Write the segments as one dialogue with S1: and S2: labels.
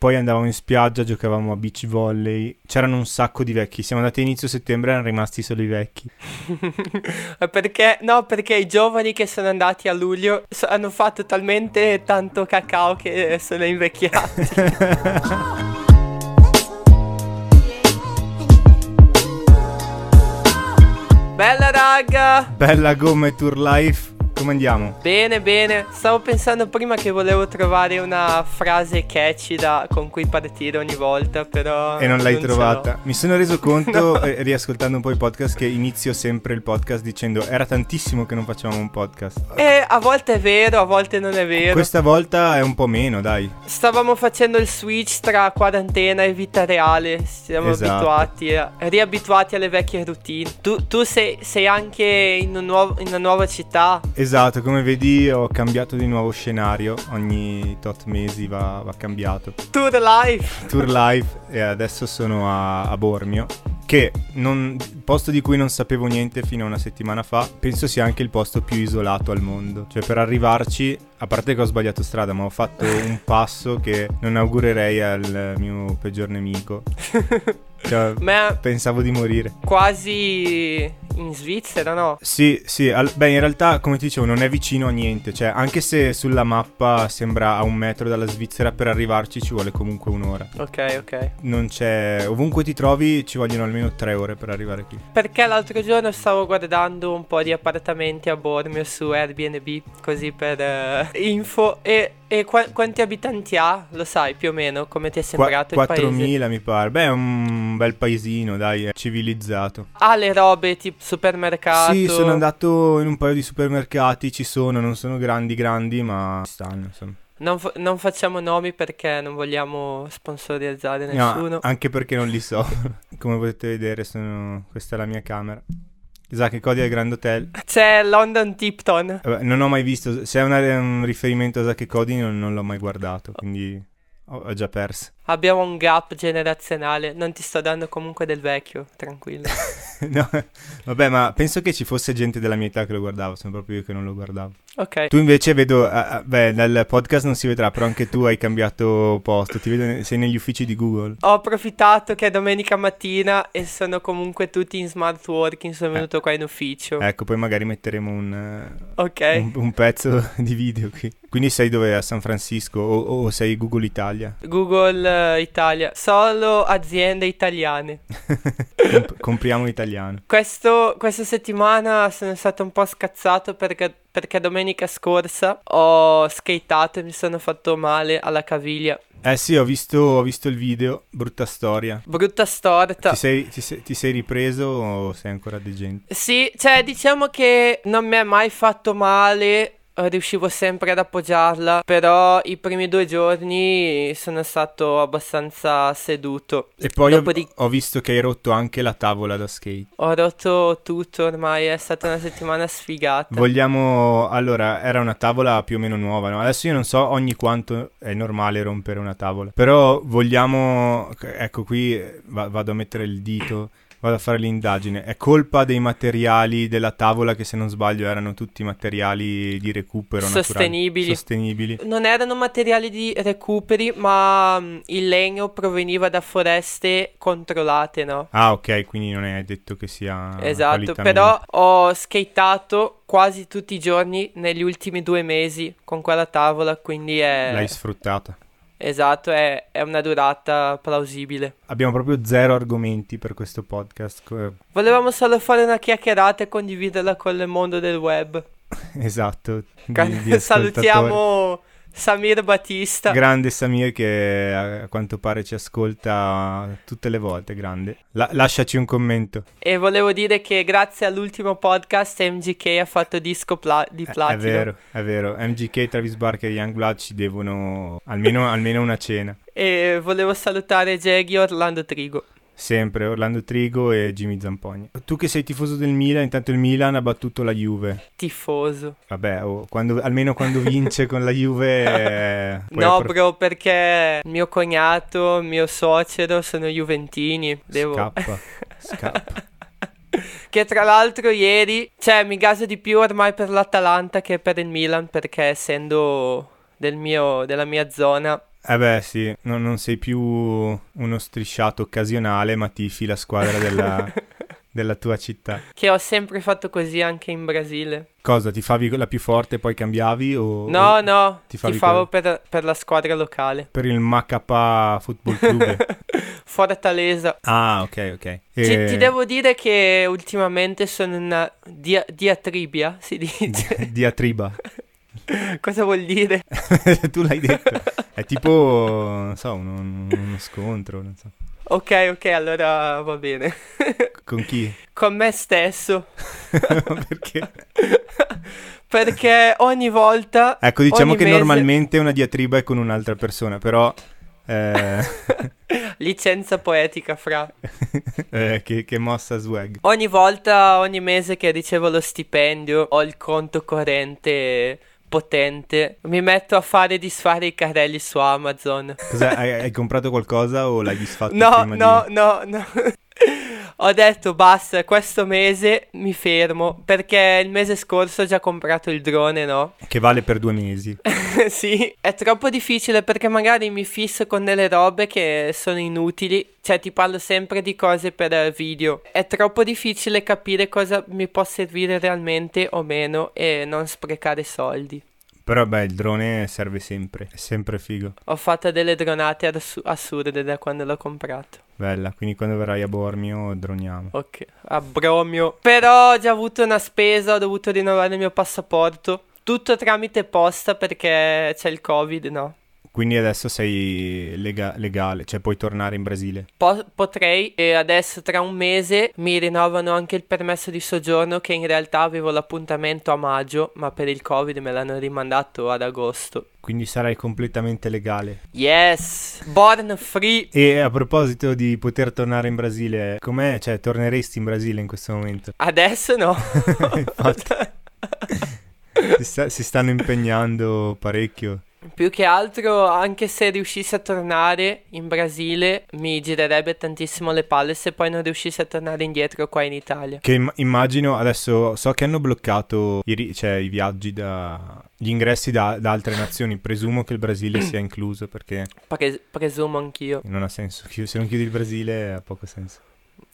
S1: Poi andavamo in spiaggia, giocavamo a beach volley. C'erano un sacco di vecchi. Siamo andati a inizio settembre e erano rimasti solo i vecchi.
S2: perché? No, perché i giovani che sono andati a luglio so- hanno fatto talmente tanto cacao che eh, sono invecchiati. Bella raga!
S1: Bella gomma e tour life. Come andiamo?
S2: Bene, bene. Stavo pensando prima che volevo trovare una frase catchy da, con cui partire ogni volta, però...
S1: E non l'hai
S2: Ah, ce
S1: trovata.
S2: l'ho.
S1: Mi sono reso conto, eh, riascoltando un po' i podcast, che inizio sempre il podcast dicendo era tantissimo che non facevamo un podcast.
S2: E Eh, a volte è vero, a volte non è vero.
S1: Questa volta è un po' meno, dai.
S2: Stavamo facendo il switch tra quarantena e vita reale. Siamo
S1: Esatto.
S2: abituati, a- riabituati alle vecchie routine. Tu, tu sei, sei anche in, un nuovo- in una nuova città.
S1: Esatto, come vedi ho cambiato di nuovo scenario, ogni tot mesi va, va cambiato.
S2: Tour life.
S1: Tour live e adesso sono a, a Bormio, che non, posto di cui non sapevo niente fino a una settimana fa, penso sia anche il posto più isolato al mondo. Cioè per arrivarci, a parte che ho sbagliato strada, ma ho fatto un passo che non augurerei al mio peggior nemico. Cioè,
S2: Ma
S1: pensavo di morire.
S2: quasi in Svizzera, no?
S1: Sì, sì, al- beh in realtà come ti dicevo non è vicino a niente, cioè anche se sulla mappa sembra a un metro dalla Svizzera per arrivarci ci vuole comunque un'ora.
S2: Ok, ok.
S1: Non c'è, ovunque ti trovi ci vogliono almeno tre ore per arrivare qui.
S2: Perché l'altro giorno stavo guardando un po' di appartamenti a Bormio su Airbnb, così per eh, info. E, e qua- quanti abitanti ha? Lo sai più o meno come ti è
S1: Qua-
S2: sembrato il paese?
S1: 4.000 mi pare, beh è un bel paesino dai, è civilizzato.
S2: Ha le robe tipo supermercato.
S1: Sì, sono andato in un paio di supermercati, ci sono, non sono grandi grandi ma ci stanno insomma.
S2: Non, fa- non facciamo nomi perché non vogliamo sponsorizzare
S1: No,
S2: nessuno.
S1: anche perché non li so. Come potete vedere, sono... questa è la mia camera. Isaac e Cody al Grand Hotel.
S2: C'è London Tipton.
S1: Vabbè, non ho mai visto. Se è una- un riferimento a Isaac e Cody, non, non l'ho mai guardato. Quindi ho, ho già perso.
S2: Abbiamo un gap generazionale. Non ti sto dando comunque del vecchio, tranquillo.
S1: No, Vabbè, ma penso che ci fosse gente della mia età che lo guardava. Sono proprio io che non lo guardavo.
S2: Ok.
S1: Tu invece vedo. ah, ah, beh, dal podcast non si vedrà, però anche tu hai cambiato posto. Ti vedo, ne- sei negli uffici di Google.
S2: Ho approfittato che è domenica mattina e sono comunque tutti in smart working, sono venuto qua in ufficio.
S1: Ecco, poi magari metteremo un, eh,
S2: Ok.
S1: un, un pezzo di video qui. Quindi sei dove? A San Francisco o, o sei Google Italia?
S2: Google eh, Italia, solo aziende italiane.
S1: Comp- compriamo italiano.
S2: Questo- questa settimana sono stato un po' scazzato perché, perché domenica scorsa ho skateato e mi sono fatto male alla caviglia.
S1: Eh sì, ho visto, ho visto il video, brutta storia.
S2: Brutta storta.
S1: Ti sei, ti sei- ti sei ripreso o sei ancora degente?
S2: Sì, cioè diciamo che non mi è mai fatto male, eh, riuscivo sempre ad appoggiarla, però i primi due giorni sono stato abbastanza seduto.
S1: E poi ho,
S2: Dopodiché-
S1: ho visto che hai rotto anche la tavola da skate.
S2: Ho rotto tutto ormai, è stata una settimana sfigata.
S1: Vogliamo... Allora, era una tavola più o meno nuova, no? Adesso io non so ogni quanto è normale rompere una tavola. Però vogliamo... Ecco, qui eh, va- vado a mettere il dito, vado a fare l'indagine. È colpa dei materiali della tavola che, se non sbaglio, erano tutti materiali di recupero naturali.
S2: Sostenibili.
S1: Sostenibili.
S2: Non erano materiali di recuperi, ma mm, il legno proveniva da foreste controllate, no?
S1: Ah, ok, quindi non è detto che sia...
S2: Esatto,
S1: Ah, qualità
S2: però ho skateato quasi tutti i giorni negli ultimi due mesi con quella tavola, quindi è...
S1: L'hai sfruttata.
S2: Esatto, è, è una durata plausibile.
S1: Abbiamo proprio zero argomenti per questo podcast. co-
S2: Volevamo solo fare una chiacchierata e condividerla con il mondo del web.
S1: Esatto. di- di ascoltatori.
S2: Salutiamo, Samir Batista.
S1: Grande Samir che a a quanto pare ci ascolta tutte le volte, grande. La- lasciaci un commento.
S2: e volevo dire che grazie all'ultimo podcast MGK ha fatto disco pla- di
S1: Eh,
S2: platino.
S1: È vero, è vero. MGK, Travis Barker e Youngblood ci devono almeno, almeno una cena.
S2: E volevo salutare Jaggy Orlando Trigo.
S1: Sempre Orlando Trigo e Jimmy Zampogna. Tu che sei tifoso del Milan, intanto il Milan ha battuto la Juve.
S2: Tifoso.
S1: Vabbè, oh, quando- almeno quando vince con la Juve... eh, puoi
S2: no,
S1: appro-
S2: bro, perché mio cognato, mio suocero sono Juventini. Devo.
S1: Scappa, scappa.
S2: Che tra l'altro ieri, cioè mi gaso di più ormai per l'Atalanta che per il Milan perché essendo del mio, della mia zona
S1: Eh beh sì, no- non sei più uno strisciato occasionale, ma tifi la squadra della, della tua città.
S2: che ho sempre fatto così anche in Brasile.
S1: Cosa, ti favi la più forte e poi cambiavi o...
S2: No,
S1: o
S2: no,
S1: Oh, eh, ti favi
S2: tifavo per, per la squadra locale.
S1: Per il MK Football Club.
S2: Fortaleza.
S1: ah, ok, Eh, ok.
S2: Ti,
S1: E-
S2: ti devo dire che ultimamente sono in una dia- diatribia, si dice.
S1: Diatriba.
S2: Cosa vuol dire?
S1: tu l'hai detto. È tipo, non so, uno, uno scontro, non so.
S2: Ok, ok, allora va bene.
S1: Con chi?
S2: Con me stesso.
S1: Perché?
S2: Perché ogni volta...
S1: Ecco, diciamo
S2: ogni
S1: che
S2: mese-
S1: normalmente una diatriba è con un'altra persona, però... eh,
S2: Licenza poetica, fra.
S1: eh, che, che mossa swag.
S2: Ogni volta, ogni mese che ricevo lo stipendio, ho il conto corrente potente. Mi metto a fare e disfare i carrelli su Amazon.
S1: Cos'è? Hai, hai comprato qualcosa o l'hai disfatto
S2: No,
S1: prima
S2: no,
S1: di...
S2: no, no. Ho detto basta, questo mese mi fermo perché il mese scorso ho già comprato il drone, no?
S1: Che vale per due mesi.
S2: sì, è troppo difficile perché magari mi fisso con delle robe che sono inutili, cioè ti parlo sempre di cose per eh, video. È troppo difficile capire cosa mi può servire realmente o meno e non sprecare soldi.
S1: Però beh, il drone serve sempre. È sempre figo.
S2: Ho fatto delle dronate assu- assurde da quando l'ho comprato.
S1: Bella. Quindi quando verrai a Bormio droniamo.
S2: Ok, a Bromio. Però ho già avuto una spesa, ho dovuto rinnovare il mio passaporto. Tutto tramite posta perché c'è il Covid, no?
S1: Quindi adesso sei lega- legale, cioè puoi tornare in Brasile.
S2: Po- potrei, e adesso tra un mese mi rinnovano anche il permesso di soggiorno che in realtà avevo l'appuntamento a maggio, ma per il Covid me l'hanno rimandato ad agosto.
S1: Quindi sarai completamente legale.
S2: Yes! Born free!
S1: E a proposito di poter tornare in Brasile, com'è? Cioè, torneresti in Brasile in questo momento?
S2: Adesso no.
S1: Infatti. Si, sta- si stanno impegnando parecchio.
S2: Più che altro, anche se riuscissi a tornare in Brasile, mi girerebbe tantissimo le palle se poi non riuscissi a tornare indietro qua in Italia.
S1: Che im- immagino adesso so che hanno bloccato i, ri- cioè, i viaggi da gli ingressi da, da altre nazioni. Presumo che il Brasile sia incluso perché
S2: Pre- presumo anch'io.
S1: non ha senso. chi- Se non chiudi il Brasile ha poco senso.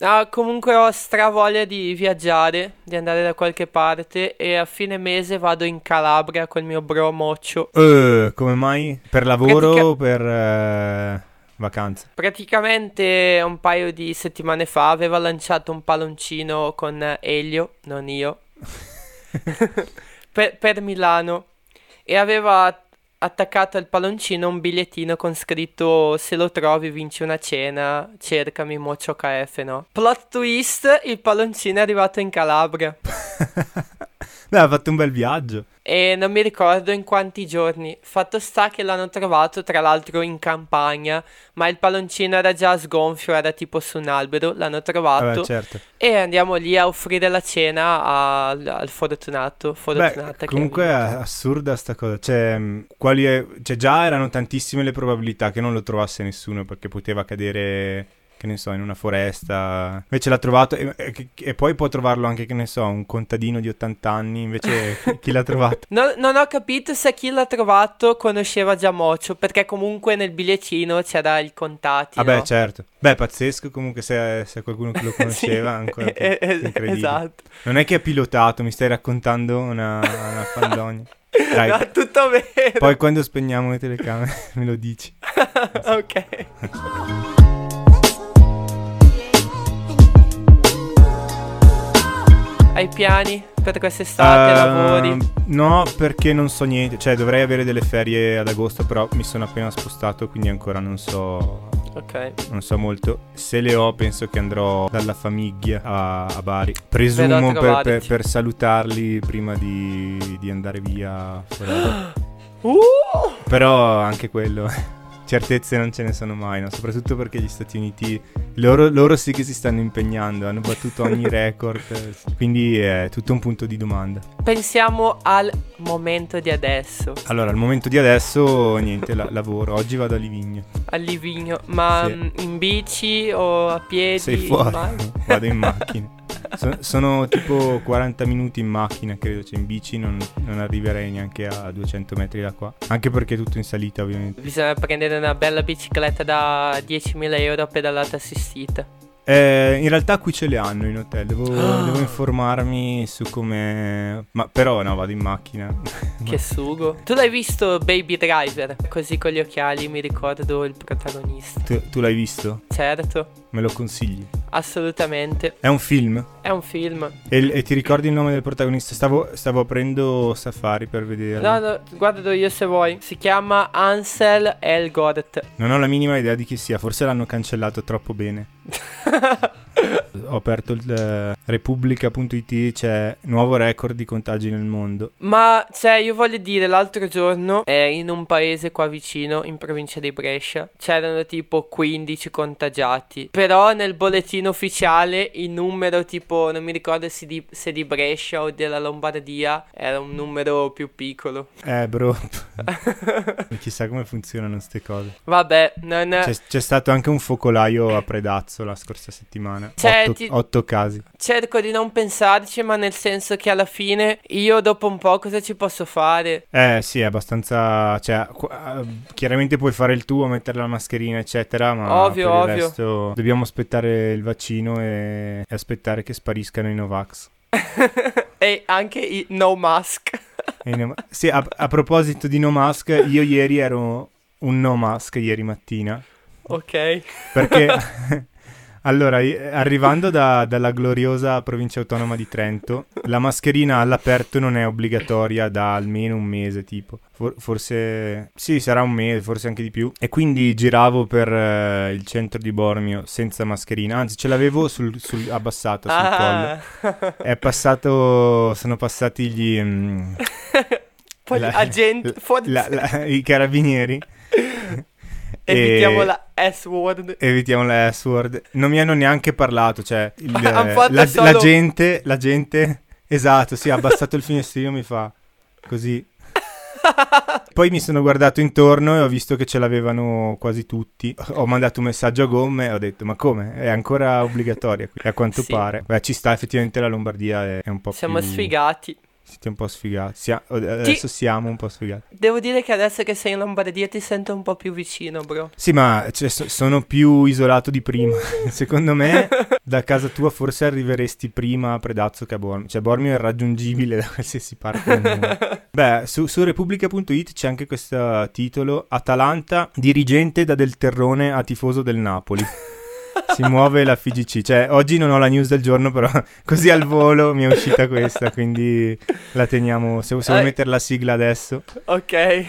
S2: Ah, comunque ho stravoglia di viaggiare, di andare da qualche parte e a fine mese vado in Calabria col mio bro moccio.
S1: Eh, come mai? Per lavoro
S2: Pratica-
S1: o per eh, vacanze?
S2: Praticamente un paio di settimane fa aveva lanciato un palloncino con Elio, non io, per, per Milano e aveva attaccato al palloncino un bigliettino con scritto se lo trovi vinci una cena, cercami moccio KF, no? Plot twist, il palloncino è arrivato in Calabria.
S1: Beh, ha fatto un bel viaggio.
S2: E non mi ricordo in quanti giorni. Fatto sta che l'hanno trovato, tra l'altro, in campagna, ma il palloncino era già sgonfio, era tipo su un albero, l'hanno trovato.
S1: Vabbè, certo.
S2: E andiamo lì a offrire la cena al, al fortunato, fortunata
S1: Beh,
S2: che
S1: comunque eh. è
S2: arriva.
S1: assurda sta cosa. Cioè, mh, quali è- cioè, già erano tantissime le probabilità che non lo trovasse nessuno perché poteva cadere, che ne so, in una foresta. Invece l'ha trovato e, e- e poi può trovarlo anche, che ne so, un contadino di 80 anni. Invece chi- chi l'ha trovato?
S2: Non, non ho capito se chi l'ha trovato conosceva già Mocio, perché comunque nel bigliettino c'era il contatti,
S1: Vabbè,
S2: no?
S1: certo. Beh, pazzesco comunque se se qualcuno che lo
S2: Sì,
S1: conosceva ancora. più-
S2: eh, eh,
S1: incredibile.
S2: esatto.
S1: Non è che ha pilotato, mi stai raccontando una, una fandonia. Dai,
S2: No, tutto vero.
S1: poi quando spegniamo le telecamere me lo dici.
S2: ok. Ai piani. per quest'estate?
S1: Eh,
S2: lavori?
S1: No, perché non so niente. Cioè, dovrei avere delle ferie ad agosto, però mi sono appena spostato, quindi ancora non so.
S2: Ok.
S1: Non so molto. Se le ho, penso che andrò dalla famiglia a, a Bari.
S2: Vedo a
S1: Presumo per,
S2: trovarti.
S1: per- per salutarli prima di, di andare via. forever.
S2: Uh!
S1: però anche quello. Certezze non ce ne sono mai, no? soprattutto perché gli Stati Uniti, loro, loro sì che si stanno impegnando, hanno battuto ogni record, quindi è tutto un punto di domanda.
S2: Pensiamo al momento di adesso,
S1: Allora, al momento di adesso, niente, la- lavoro. Oggi vado a Livigno.
S2: al Livigno, ma
S1: Sì.
S2: mm, in bici o a piedi?
S1: Sei fuori?
S2: Ma-
S1: vado in macchina. So- sono tipo 40 minuti in macchina, credo. Cioè, in bici non, non arriverei neanche a 200 metri da qua. Anche perché è tutto in salita, ovviamente.
S2: Bisogna prendere una bella bicicletta da 10.000 euro a pedalata assistita.
S1: Eh, in realtà qui ce le hanno in hotel. Devo,
S2: Ah!
S1: devo informarmi su come. Ma però, no, vado in macchina.
S2: Che sugo. Tu l'hai visto Baby Driver? Così con gli occhiali mi ricordo il protagonista.
S1: tu, tu l'hai visto?
S2: Certo,
S1: Me lo consigli?
S2: assolutamente.
S1: È un film?
S2: È un film.
S1: E, e ti ricordi il nome del protagonista? Stavo, stavo aprendo Safari per vederlo.
S2: No, no, guardalo io se vuoi. Si chiama Ansel Elgort.
S1: Non ho la minima idea di chi sia, forse l'hanno cancellato troppo bene. ho aperto il eh, repubblica.it, c'è nuovo record di contagi nel mondo.
S2: Ma, cioè, io voglio dire, l'altro giorno, eh, in un paese qua vicino, in provincia di Brescia, c'erano tipo 15 contagiati. Però nel bollettino ufficiale il numero tipo, non mi ricordo se di, se di Brescia o della Lombardia, era un numero più piccolo.
S1: Eh, bro. Chissà come funzionano queste cose.
S2: Vabbè, non...
S1: C'è, c'è stato anche un focolaio a Predazzo la scorsa settimana.
S2: Cioè,
S1: otto,
S2: ti-
S1: otto casi.
S2: Cerco di non pensarci, ma nel senso che alla fine io dopo un po' cosa ci posso fare?
S1: Eh sì, è abbastanza... Cioè, qu- eh, chiaramente puoi fare il tuo, mettere la mascherina, eccetera, ma
S2: Ovvio,
S1: per il
S2: ovvio.
S1: resto dobbiamo aspettare il vaccino e, e aspettare che spariscano i Novax.
S2: E anche i no mask.
S1: E no- sì, a, a proposito di no mask, io ieri ero un no mask ieri mattina,
S2: ok.
S1: perché allora, i- arrivando da- dalla gloriosa provincia autonoma di Trento, la mascherina all'aperto non è obbligatoria da almeno un mese, tipo, For- forse sì, sarà un mese, forse anche di più. E quindi giravo per eh, il centro di Bormio senza mascherina, anzi ce l'avevo sul, sul- abbassata sul collo.
S2: Ah.
S1: È passato, sono passati gli... mm,
S2: Poi
S1: la-
S2: agenti,
S1: la-
S2: forse
S1: la- la- i carabinieri.
S2: evitiamo
S1: E-
S2: la S-word.
S1: Evitiamo la S-word. Non mi hanno neanche parlato, cioè... il-
S2: Hanno
S1: la,
S2: fatto
S1: la
S2: solo-
S1: gente, la gente... Esatto, sì, ha abbassato il finestrino, mi fa così. Poi mi sono guardato intorno e ho visto che ce l'avevano quasi tutti. Ho mandato un messaggio a gomme e ho detto, ma come? È ancora obbligatoria qui. E a quanto
S2: Sì.
S1: pare. Beh, ci sta effettivamente la Lombardia, è, è un po'
S2: Siamo
S1: più...
S2: sfigati.
S1: Siete un po' sfigati. Sia- Adesso siamo un po' sfigati.
S2: Devo dire che adesso che sei in Lombardia ti sento un po' più vicino, bro.
S1: Sì, ma cioè, so- sono più isolato di prima. Secondo me, da casa tua forse arriveresti prima a Predazzo che a Bormio. Cioè, Bormio è raggiungibile da qualsiasi parte del mondo. Beh, su, su Repubblica.it c'è anche questo titolo. Atalanta, dirigente da Del Terrone a tifoso del Napoli. Si muove la FIGC. Cioè, oggi non ho la news del giorno, però così al volo mi è uscita questa, quindi la teniamo. Se, se vuoi
S2: Eh.
S1: mettere la sigla adesso.
S2: Ok.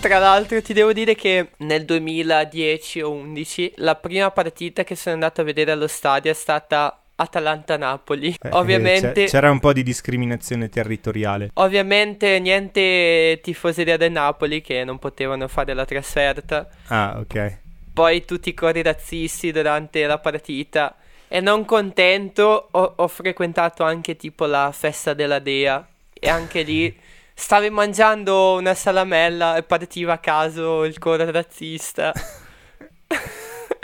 S2: Tra l'altro ti devo dire che nel 2010 o 11 la prima partita che sono andato a vedere allo stadio è stata Atalanta-Napoli.
S1: Eh,
S2: Ovviamente...
S1: c'è- c'era un po' di discriminazione territoriale.
S2: Ovviamente niente tifoseria del Napoli che non potevano fare la trasferta.
S1: Ah, ok.
S2: Poi tutti i cori razzisti durante la partita. E non contento, ho, ho frequentato anche tipo la festa della Dea. E anche lì stavi mangiando una salamella e partiva a caso il coro razzista.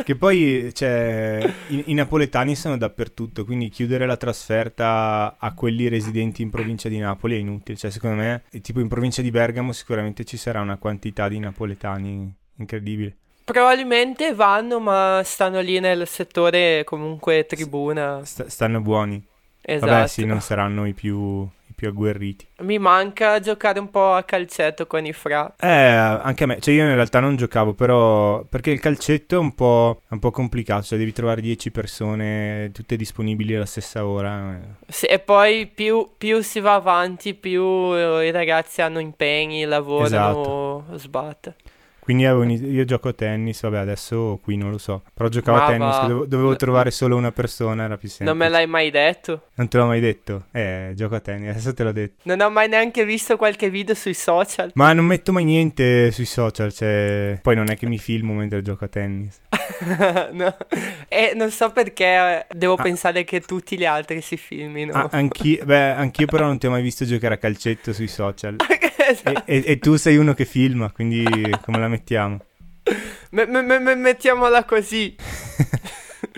S1: Che poi cioè, i, i napoletani sono dappertutto, quindi chiudere la trasferta a quelli residenti in provincia di Napoli è inutile. Cioè, secondo me, eh, tipo in provincia di Bergamo sicuramente ci sarà una quantità di napoletani incredibile.
S2: Probabilmente vanno, ma stanno lì nel settore comunque tribuna.
S1: Sta- stanno buoni.
S2: Esatto.
S1: Vabbè, sì, non saranno i più, i più più agguerriti.
S2: Mi manca giocare un po' a calcetto con i fra.
S1: Eh, anche a me, cioè io in realtà non giocavo, però perché il calcetto è un po', è un po' complicato, cioè devi trovare 10 persone tutte disponibili alla stessa ora. eh.
S2: Sì, e poi più, più si va avanti, più eh, i ragazzi hanno impegni, lavorano,
S1: Esatto.
S2: sbatte.
S1: Quindi avevo ini- io gioco a tennis, vabbè adesso qui non lo so, però giocavo
S2: Ma
S1: a tennis,
S2: va.
S1: dovevo, dovevo
S2: Eh.
S1: trovare solo una persona, era più semplice.
S2: Non me l'hai mai detto?
S1: Non te l'ho mai detto? Eh, gioco a tennis, adesso te l'ho detto.
S2: Non ho mai neanche visto qualche video sui social.
S1: Ma non metto mai niente sui social, cioè... Poi non è che mi filmo mentre gioco a tennis.
S2: No. E non so perché eh, devo
S1: Ah.
S2: pensare che tutti gli altri si filmino.
S1: Ah, anch'io, beh, anch'io però non ti ho mai visto giocare a calcetto sui social.
S2: Esatto.
S1: E, e- e tu sei uno che filma, quindi come la mettiamo?
S2: Me- me- me- me- mettiamola così.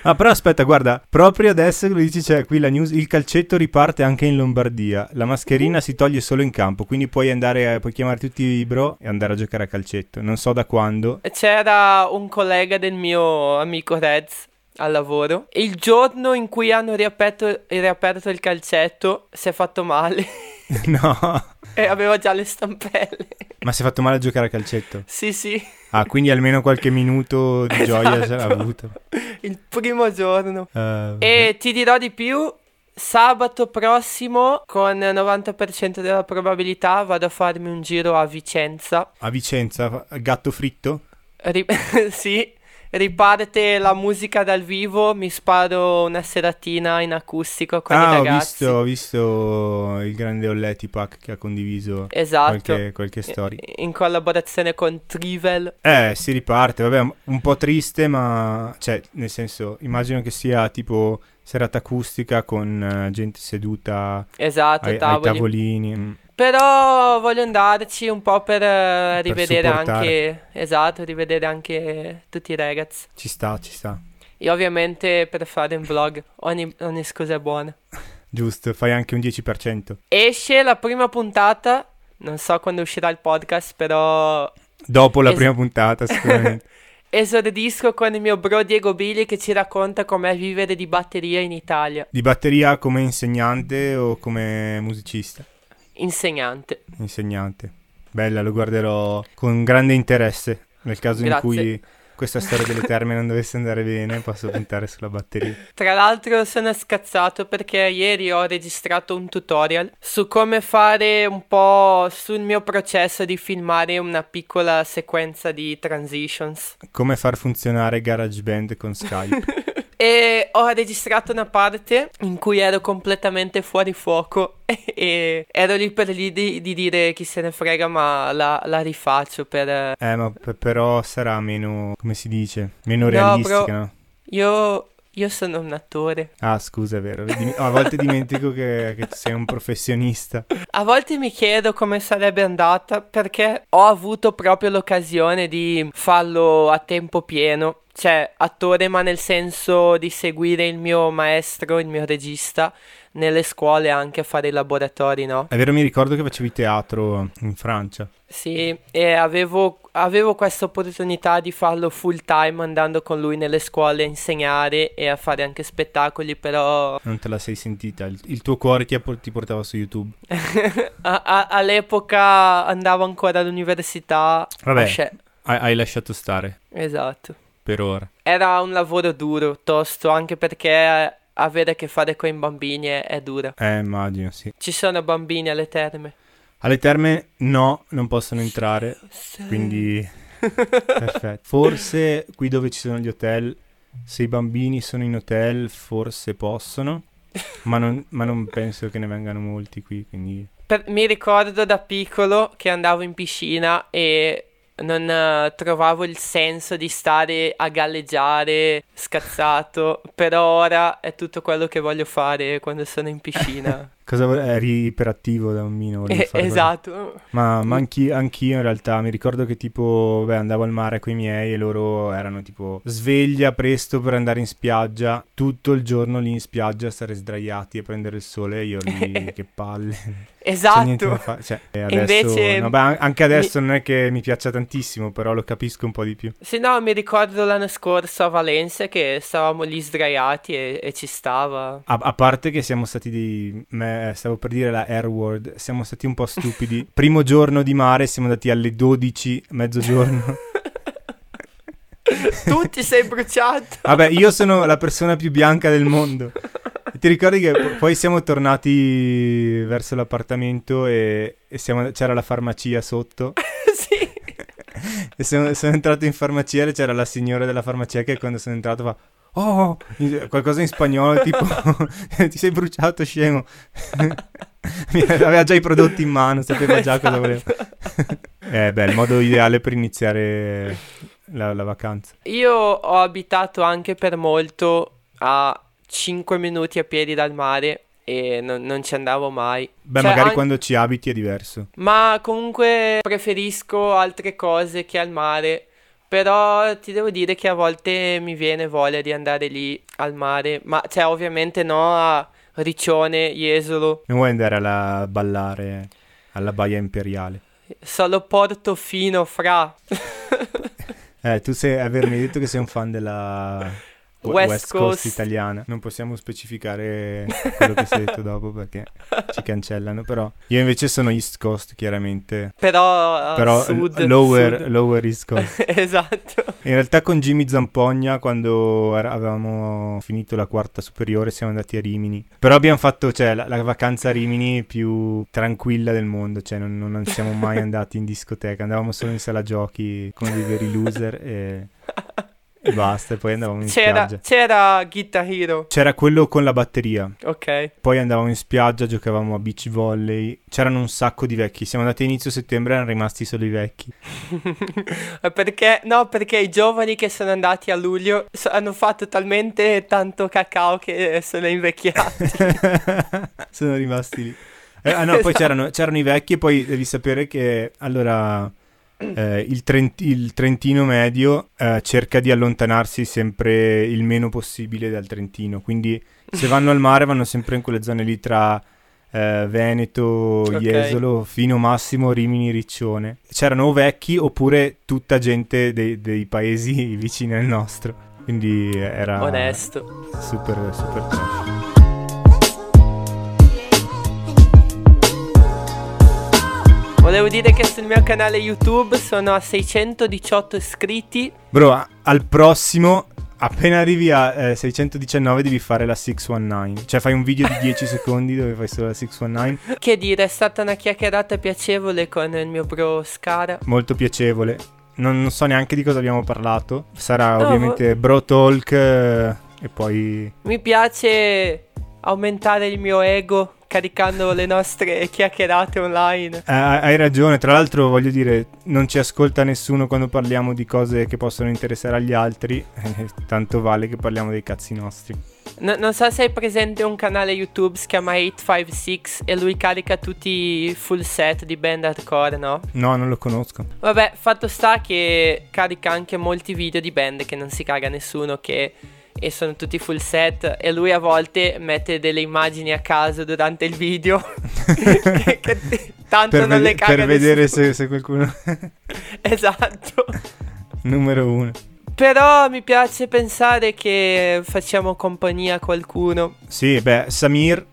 S1: Ah, però aspetta, guarda, proprio adesso lo dici, c'è qui la news, il calcetto riparte anche in Lombardia, la mascherina si toglie solo in campo, quindi puoi andare, a- puoi chiamare tutti i bro e andare a giocare a calcetto, non so da quando.
S2: C'era un collega del mio amico Reds al lavoro. Il giorno in cui hanno riaperto, riaperto il calcetto si è fatto male
S1: No,
S2: e aveva già le stampelle.
S1: ma si è fatto male a giocare a calcetto.
S2: Sì, sì,
S1: Ah, quindi almeno qualche minuto di
S2: Esatto.
S1: gioia ce l'ha avuto.
S2: il primo giorno.
S1: Eh,
S2: E ti dirò di più. Sabato prossimo, con 90% della probabilità, vado a farmi un giro a Vicenza.
S1: a Vicenza, gatto fritto?
S2: Ri- sì, riparte la musica dal vivo, mi sparo una seratina in acustico con i
S1: ah, ho
S2: ragazzi.
S1: visto,
S2: Eh,
S1: ho visto il grande Olletti Pack che ha condiviso
S2: Esatto.
S1: qualche, qualche story.
S2: In collaborazione con Trivel.
S1: Eh, si riparte, vabbè, un po' triste, ma cioè, nel senso, immagino che sia tipo serata acustica con eh, gente seduta
S2: Esatto,
S1: ai, ai
S2: tavoli.
S1: tavolini. mm.
S2: Però voglio andarci un po' per eh, rivedere
S1: supportare.
S2: anche... Esatto, rivedere anche tutti i ragazzi.
S1: Ci sta, ci sta.
S2: E ovviamente per fare un vlog. Ogni, ogni scusa è buona.
S1: Giusto, fai anche un 10%.
S2: Esce la prima puntata. Non so quando uscirà il podcast, però
S1: Dopo la
S2: Es-
S1: prima puntata, sicuramente.
S2: Esordisco con il mio bro Diego Billy che ci racconta com'è vivere di batteria in Italia.
S1: Di batteria come insegnante o come musicista?
S2: Insegnante.
S1: Insegnante. Bella, lo guarderò con grande interesse. Nel caso in
S2: Grazie.
S1: cui questa storia delle terme non dovesse andare bene, posso puntare sulla batteria.
S2: Tra l'altro sono scazzato perché ieri ho registrato un tutorial su come fare un po' sul mio processo di filmare una piccola sequenza di transitions.
S1: Come far funzionare GarageBand con Skype?
S2: E ho registrato una parte in cui ero completamente fuori fuoco e ero lì per lì di, di dire chi se ne frega ma la, la rifaccio per... eh,
S1: Eh, ma p- però sarà meno, come si dice, meno
S2: No,
S1: realistica,
S2: però-
S1: no?
S2: Io, io sono un attore.
S1: Ah, scusa, è vero. Dim- A volte dimentico che, che sei un professionista.
S2: A volte mi chiedo come sarebbe andata perché ho avuto proprio l'occasione di farlo a tempo pieno. Cioè, attore, ma nel senso di seguire il mio maestro, il mio regista, nelle scuole anche a fare i laboratori, no?
S1: È vero, mi ricordo che facevi teatro in Francia.
S2: Sì, e avevo, avevo questa opportunità di farlo full time andando con lui nelle scuole a insegnare e a fare anche spettacoli, però
S1: Non te la sei sentita. Il, il tuo cuore ti, ha por- ti portava su YouTube.
S2: A- a- all'epoca andavo ancora all'università.
S1: Vabbè.
S2: a sce-
S1: Hai, hai lasciato stare,
S2: esatto.
S1: per ora.
S2: Era un lavoro duro, tosto, anche perché avere a che fare con i bambini è, è dura.
S1: Eh, immagino, sì.
S2: Ci sono bambini alle terme.
S1: Alle terme no, non possono entrare, quindi perfetto. Forse qui dove ci sono gli hotel, se i bambini sono in hotel forse possono, ma non, ma non penso che ne vengano molti qui, quindi...
S2: Per- mi ricordo da piccolo che andavo in piscina e non eh, trovavo il senso di stare a galleggiare scazzato, però ora è tutto quello che voglio fare quando sono in piscina.
S1: Cosa vo- eri iperattivo da bambino? volevi
S2: Eh,
S1: fare qualcosa.
S2: esatto.
S1: Ma, ma anch'i- anch'io, in realtà mi ricordo che tipo, beh, andavo al mare con i miei e loro erano tipo sveglia presto per andare in spiaggia, tutto il giorno lì in spiaggia, stare sdraiati e prendere il sole, io lì che palle. C'è niente da
S2: Esatto.
S1: fare. Cioè, e
S2: E
S1: adesso,
S2: invece-
S1: no, beh, an- anche adesso non è che mi piaccia tantissimo, però lo capisco un po' di più.
S2: Se no, mi ricordo l'anno scorso a Valencia che stavamo lì sdraiati e, e ci stava.
S1: A, a parte che siamo stati dei me eh, stavo per dire la air word, siamo stati un po' stupidi. Primo giorno di mare siamo andati alle 12, mezzogiorno.
S2: Tu ti sei bruciato.
S1: Vabbè, io sono la persona più bianca del mondo. E ti ricordi che po- poi siamo tornati verso l'appartamento e, e siamo- c'era la farmacia sotto?
S2: sì.
S1: E sono, sono entrato in farmacia e c'era la signora della farmacia che quando sono entrato fa... Oh, qualcosa in spagnolo tipo ti sei bruciato scemo. Mi- Aveva già i prodotti in mano, sapeva già cosa voleva. Eh beh, il modo ideale per iniziare la, la vacanza.
S2: Io ho abitato anche per molto a 5 minuti a piedi dal mare e non, non ci andavo mai.
S1: Beh,
S2: Cioè,
S1: magari
S2: an-
S1: quando ci abiti è diverso.
S2: Ma comunque preferisco altre cose che al mare. Però ti devo dire che a volte mi viene voglia di andare lì al mare. Ma cioè, ovviamente no a Riccione, Jesolo,
S1: Non vuoi andare alla- a ballare alla Baia Imperiale?
S2: solo Portofino, fra
S1: Eh, tu sei, è vero, mi hai detto che sei un fan della w-
S2: West
S1: West,
S2: Coast.
S1: Coast. italiana. Non possiamo specificare quello che si è detto dopo perché ci cancellano, però io invece sono East Coast, chiaramente.
S2: Però, eh,
S1: Però
S2: sud,
S1: l- lower,
S2: sud.
S1: lower East Coast.
S2: Esatto.
S1: In realtà con Jimmy Zampogna, quando era- avevamo finito la quarta superiore, siamo andati a Rimini. Però abbiamo fatto, cioè, la, la vacanza a Rimini più tranquilla del mondo. Cioè, non, non siamo mai andati in discoteca. Andavamo solo in sala giochi con dei veri loser e, e basta. E poi andavamo in
S2: C'era,
S1: spiaggia.
S2: c'era Guitar Hero.
S1: C'era quello con la batteria.
S2: Ok.
S1: Poi andavamo in spiaggia, giocavamo a beach volley. C'erano un sacco di vecchi. Siamo andati a inizio settembre e erano rimasti solo i vecchi.
S2: Eh, Perché, no, perché i giovani che sono andati a luglio so- hanno fatto talmente tanto cacao che eh, sono invecchiati.
S1: sono rimasti lì. Eh, ah no, poi
S2: Esatto.
S1: c'erano, c'erano i vecchi e poi devi sapere che allora eh, il, Trent- il Trentino medio eh, cerca di allontanarsi sempre il meno possibile dal Trentino, quindi se vanno al mare vanno sempre in quelle zone lì tra eh, Veneto,
S2: Ok.
S1: Jesolo, fino massimo Rimini, Riccione. C'erano o vecchi oppure tutta gente dei, dei paesi vicini al nostro. Quindi era
S2: Onesto.
S1: super, super trash.
S2: Volevo dire che sul mio canale YouTube sono a 618 iscritti.
S1: Bro, a- al prossimo, appena arrivi a eh, 619 devi fare la 619. Cioè fai un video di 10 secondi dove fai solo la 619.
S2: Che dire, è stata una chiacchierata piacevole con il mio bro Scara.
S1: Molto piacevole. Non, non so neanche di cosa abbiamo parlato. Sarà
S2: No,
S1: ovviamente Bro Talk eh, e poi...
S2: Mi piace aumentare il mio ego caricando le nostre chiacchierate online.
S1: Eh, hai ragione, tra l'altro voglio dire, non ci ascolta nessuno quando parliamo di cose che possono interessare agli altri, eh, tanto vale che parliamo dei cazzi nostri.
S2: No- non so se hai presente un canale YouTube si chiama 856 e lui carica tutti i full set di band hardcore, no?
S1: No, non lo conosco.
S2: Vabbè, fatto sta che carica anche molti video di band che non si caga nessuno, che e sono tutti full set e lui a volte mette delle immagini a caso durante il video che, che t- tanto
S1: Per,
S2: non le
S1: vede-
S2: caga
S1: per vedere
S2: nessuno.
S1: se, se qualcuno...
S2: Esatto.
S1: Numero uno.
S2: Però mi piace pensare che facciamo compagnia a qualcuno.
S1: Sì, beh, Samir,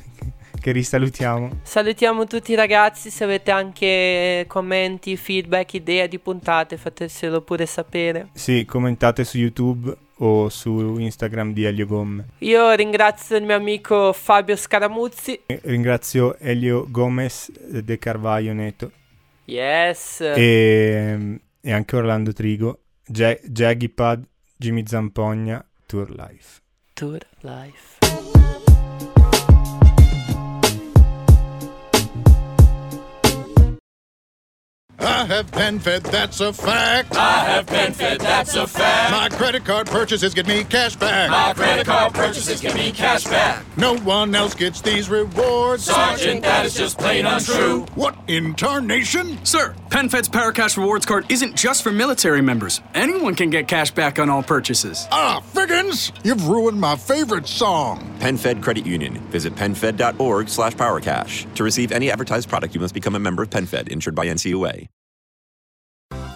S1: che risalutiamo.
S2: Salutiamo tutti i ragazzi, se avete anche commenti, feedback, idee di puntate fatecelo pure sapere.
S1: Sì, commentate su YouTube o su Instagram di Elio Gomme.
S2: Io ringrazio il mio amico Fabio Scaramuzzi.
S1: E Ringrazio Elio Gomez eh, de Carvaio Neto
S2: Yes.
S1: e, e anche Orlando Trigo, Ja- Jaggypad, Jimmy Zampogna, Tour Life.
S2: Tour Life.
S3: I have PenFed, that's a fact.
S4: I have been fed, that's a fact.
S3: My credit card purchases get me cash back.
S4: My credit card purchases give me cash back.
S3: No one else gets these rewards.
S4: Sergeant, that is just plain untrue.
S3: What in tarnation?
S5: Sir, PenFed's PowerCash Rewards Card isn't just for military members. Anyone can get cash back on all purchases.
S3: Ah, Figgins! You've ruined my favorite song.
S6: PenFed Credit Union. Visit PenFed.org slash PowerCash. To receive any advertised product, you must become a member of PenFed, insured by NCUA.